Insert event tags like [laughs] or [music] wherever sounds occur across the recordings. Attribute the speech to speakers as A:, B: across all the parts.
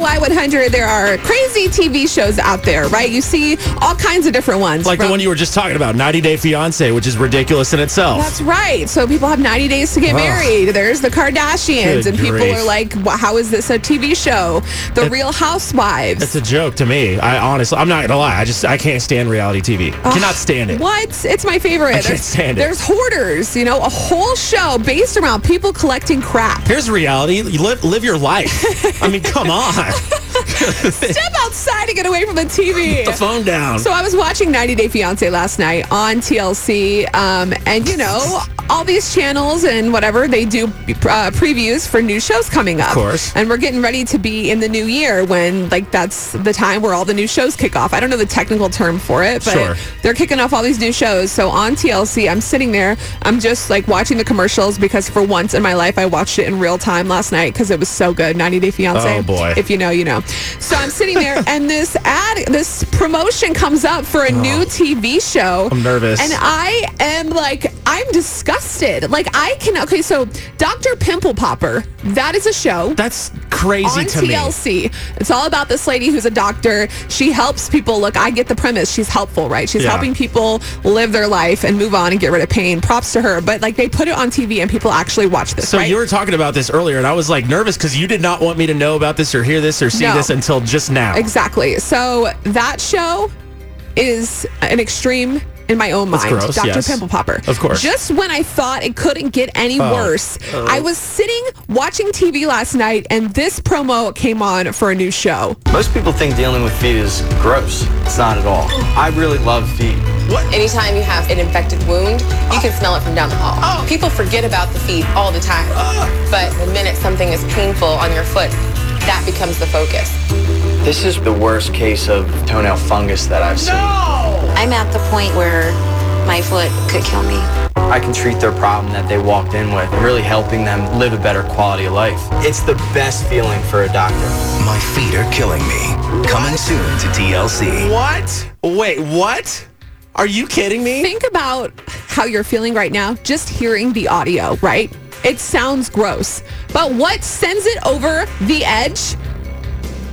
A: Y100, there are crazy TV shows out there, right? You see all kinds of different ones.
B: Like the
A: from-
B: one you were just talking about, 90 Day Fiance, which is ridiculous in itself.
A: That's right. So people have 90 days to get married. There's the Kardashians,
B: Good
A: and people
B: grief.
A: are like, "Wha- how is this a TV show? The Real Housewives.
B: It's a joke to me. I honestly, I'm not gonna lie. I just, I can't stand reality TV. Cannot stand it.
A: What? It's my favorite.
B: can't
A: there's,
B: stand it.
A: there's hoarders, you know, a whole show based around people collecting crap.
B: Here's reality. You live, live your life. I
A: [laughs]
B: mean, come on.
A: Step outside and get away from the TV.
B: the phone down.
A: So I was watching 90 Day Fiance last night on TLC, um, and you know all these channels and whatever they do uh, previews for new shows coming up. Of
B: course.
A: And we're getting ready to be in the new year when like that's the time where all the new shows kick off. I don't know the technical term for it, but
B: Sure.
A: they're kicking off all these new shows. So on TLC, I'm sitting there, I'm just like watching the commercials because for once in my life I watched it in real time last night because it was so good. 90 Day Fiance.
B: Oh, boy.
A: If you know, you know. So I'm sitting
B: [laughs]
A: there, and this ad, this promotion comes up for a new TV show.
B: Oh. I'm nervous.
A: And I am like, I'm disgusted. Like I can. Okay, so Dr. Pimple Popper, that is a show.
B: That's crazy
A: on
B: to me.
A: TLC. It's all about this lady who's a doctor. She helps people. Look, I get the premise. She's helpful, right? She's
B: Yeah.
A: helping people live their life and move on and get rid of pain. Props to her. But like they put it on TV and people actually watch this.
B: So
A: right?
B: you were talking about this earlier, and I was like nervous because you did not want me to know about this or hear this or see
A: No.
B: this until just now.
A: Exactly. So that show is an extreme in my own mind.
B: gross,
A: Dr.
B: yes.
A: Pimple Popper.
B: Of course. Oh.
A: Just when I thought it couldn't get any worse, I was sitting watching TV last night and this promo came on for a new show.
C: Most people think dealing with feet is gross. It's not at all. I really love feet.
D: Anytime you have an infected wound, you can smell it from down the hall.
A: Oh.
D: People forget about the feet all the time. Oh, But the minute something is painful on your foot, that becomes the focus.
C: This is the worst case of toenail fungus that I've seen.
E: I'm at the point where my foot could kill me.
C: I can treat their problem that they walked in with, really helping them live a better quality of life. It's the best feeling for a doctor.
F: My feet are killing me. Coming soon to TLC.
B: What? Wait, what? Are you kidding me?
A: Think about how you're feeling right now just hearing the audio, right? It sounds gross. But what sends it over the edge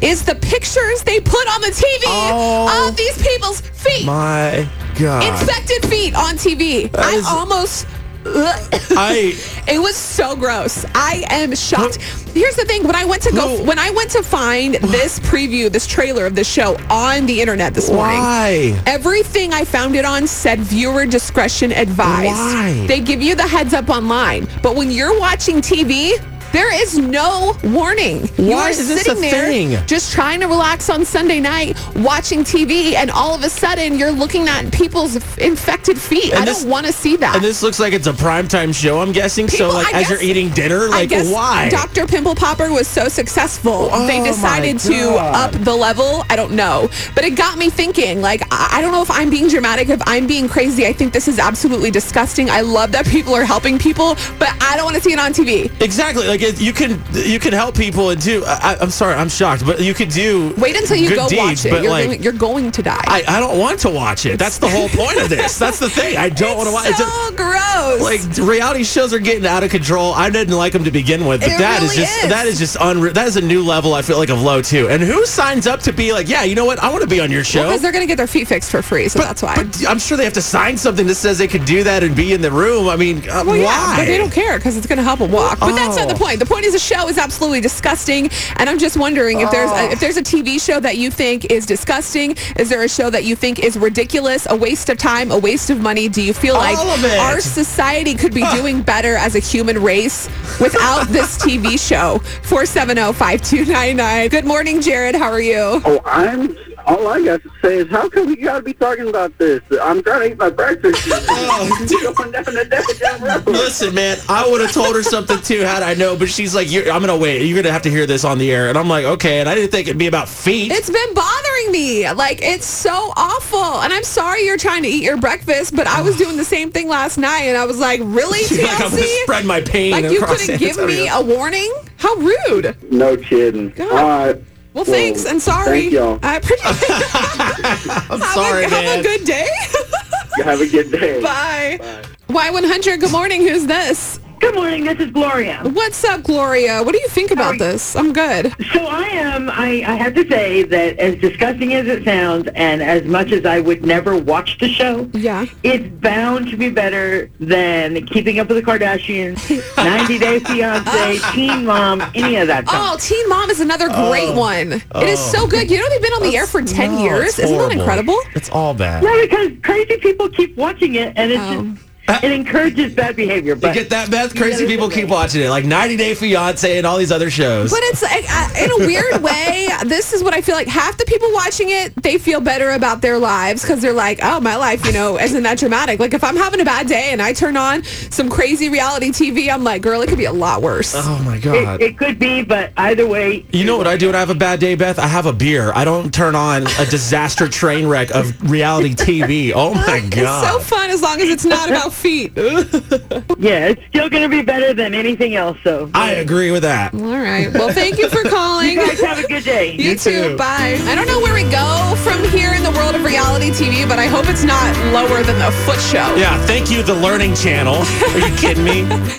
A: is the pictures they put on the TV
B: Oh.
A: of these people's feet.
B: My God.
A: infected feet on TV. I
B: is-
A: almost. [coughs]
B: I.
A: it was so gross. I am shocked. Here's the thing: when I went to go,
B: Who-
A: when I went to find this preview, this trailer of the show on the internet this morning.
B: Why?
A: Everything I found it on said viewer discretion advised.
B: Why?
A: They give you the heads up online, but when you're watching TV, there is no warning. You
B: Why
A: are
B: is this
A: sitting
B: a
A: there
B: thing?
A: Just trying to relax on Sunday night, watching TV, and all of a sudden you're looking at people's infected feet.
B: And
A: I
B: this-
A: don't want to see that.
B: And this looks like it's a primetime show, I'm guessing. so,
A: People-
B: like,
A: I
B: as you're
A: guess-
B: eating dinner,
A: I
B: like,
A: guess
B: why? Oh
A: Dr. Pimple Popper was so successful. they
B: my
A: decided to up
B: God.
A: the level. I don't know. But it got me thinking, like, I I don't know if I'm being dramatic, if I'm being crazy. I think this is absolutely disgusting. I love that people are helping people, but I don't want to see it on TV.
B: Exactly. Like it, you can you can help people and do. I, I'm sorry, I'm shocked, but you could do.
A: Wait until you
B: good
A: go watch
B: deeds,
A: it.
B: But
A: You're,
B: like,
A: going, you're going to die.
B: I, I don't want to watch it. That's the whole point of this. That's the thing. I don't want to watch.
A: it's
B: it's
A: so
B: a-
A: gross.
B: like reality shows are getting out of control. I didn't like them to begin with, but
A: It
B: that is
A: really
B: just
A: is.
B: that is just unreal. That is a new level. I feel like of low too. And who signs up to be like, yeah, you know what? I want to be on your show.
A: because they're going to get their feet fixed for free, so that's why.
B: But I'm sure they have to sign something that says they could do that and be in the room. I mean, uh,
A: Well,
B: why?
A: yeah, but they don't care because it's going to help them walk. But that's not the
B: Oh.
A: point. The point is the show is absolutely disgusting, and I'm just wondering if there's a, if there's a
B: Oh.
A: TV show that you think is disgusting. Is there a show that you think is ridiculous, a waste of time, a waste of money? Do you feel like
B: All of it.
A: our society could be doing better as a human race without this
B: [laughs]
A: oh TV show? Four seven zero five two nine nine. Good morning, Jared. How are you?
G: Oh, I'm All I got to say is, how come we got to be talking about this? I'm trying to eat my
A: [laughs]
G: breakfast.
B: Oh, dude.
G: Going down the damn road.
B: Listen, man, I would have told her something too had I know, but she's like, you're, I'm going to wait. You're going to have to hear this on the air. And I'm like, okay. And I didn't think it'd be about feet.
A: It's been bothering me. Like, it's so awful. And I'm sorry you're trying to eat your breakfast, but I was doing the same thing last night, and I was like,
B: [laughs]
A: really,
B: She's [laughs] like, I'm going to
A: TLC?
B: spread my pain
A: Like, you
B: across
A: couldn't give me
B: Antonio.
A: a warning? How rude.
G: No kidding.
A: God.
G: All right.
A: Well, thanks, and sorry.
G: Thank y'all.
A: I
B: [laughs]
A: appreciate it.
B: I'm
A: Have,
B: sorry,
A: a,
B: man.
A: have a good day. [laughs]
G: You have a good day.
A: Bye. Y100, good morning. Who's this?
H: Good morning. This is Gloria.
A: What's up, Gloria? What do you think about this? I'm good.
H: So I am. I, I have to say that as disgusting as it sounds, and as much as I would never watch the show,
A: Yeah.
H: it's bound to be better than Keeping Up with
A: [laughs]
H: the Kardashians, 90 Day Fiance, Teen Mom, any of that stuff.
A: Oh, Teen Mom is another great one. It is so good. You know they've been on the air for 10
B: No,
A: years.
B: Oh, it's
A: Isn't that
B: horrible.
A: incredible?
B: It's all bad.
H: No, because crazy people keep watching it, and it's just, it encourages bad behavior.
B: You
H: But
B: get that, Beth? Crazy people keep watching it, like 90 Day Fiance and all these other shows.
A: But it's like, uh, in a weird way, this is what I feel like. Half the people watching it, they feel better about their lives because they're like, oh, my life, you know, isn't that dramatic? Like if I'm having a bad day and I turn on some crazy reality TV, I'm like, girl, it could be a lot worse.
B: oh my
H: it,
B: god.
H: it could be, but either way,
B: you know what I do when I have a bad day, Beth? I have a beer. I don't turn on a disaster train wreck of reality TV. Oh my
A: It's so
B: god.
A: fun as long as it's not
B: [laughs]
A: about feet. All
H: yeah, it's still going to be better than anything else. So
B: I agree with that.
A: right. Well, thank you for calling.
H: you guys have a good
B: [laughs]
H: day.
A: You, too.
B: too.
A: Bye. I don't know where we go from here in the world of reality TV, but I hope it's not lower than the foot show.
B: Yeah, thank you, the Learning Channel. Are you kidding me?